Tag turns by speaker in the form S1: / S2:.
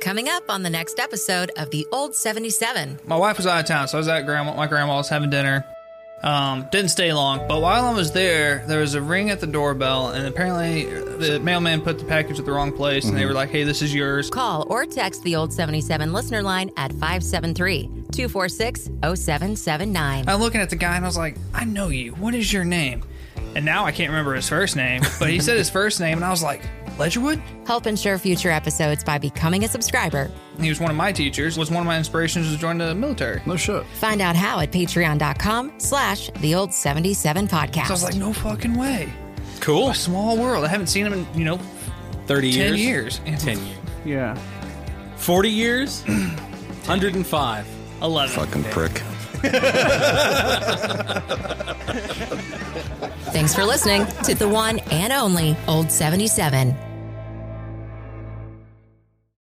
S1: Coming up on the next episode of The Old 77.
S2: My wife was out of town, so I was at grandma my grandma's having dinner. Um, didn't stay long, but while I was there, there was a ring at the doorbell, and apparently uh, the mailman put the package at the wrong place, and they were like, "Hey, this is yours."
S1: Call or text The Old 77 listener line at 573 246 0779.
S2: I'm looking at the guy, and I was like, "I know you. What is your name?" And now I can't remember his first name, but he said his first name, and I was like, "Ledgerwood."
S1: Help ensure future episodes by becoming a subscriber.
S2: And he was one of my teachers. Was one of my inspirations to join the military.
S3: No shit.
S1: Find out how at patreon.com slash the old 77 podcast.
S2: So I was like, "No fucking way."
S4: Cool.
S2: A small world. I haven't seen him in you know
S4: 30
S2: ten
S4: years.
S2: years.
S4: 10 years.
S3: Yeah.
S4: 40 years? 105.
S2: Eleven.
S3: Fucking prick.
S1: Thanks for listening to the one and only Old 77.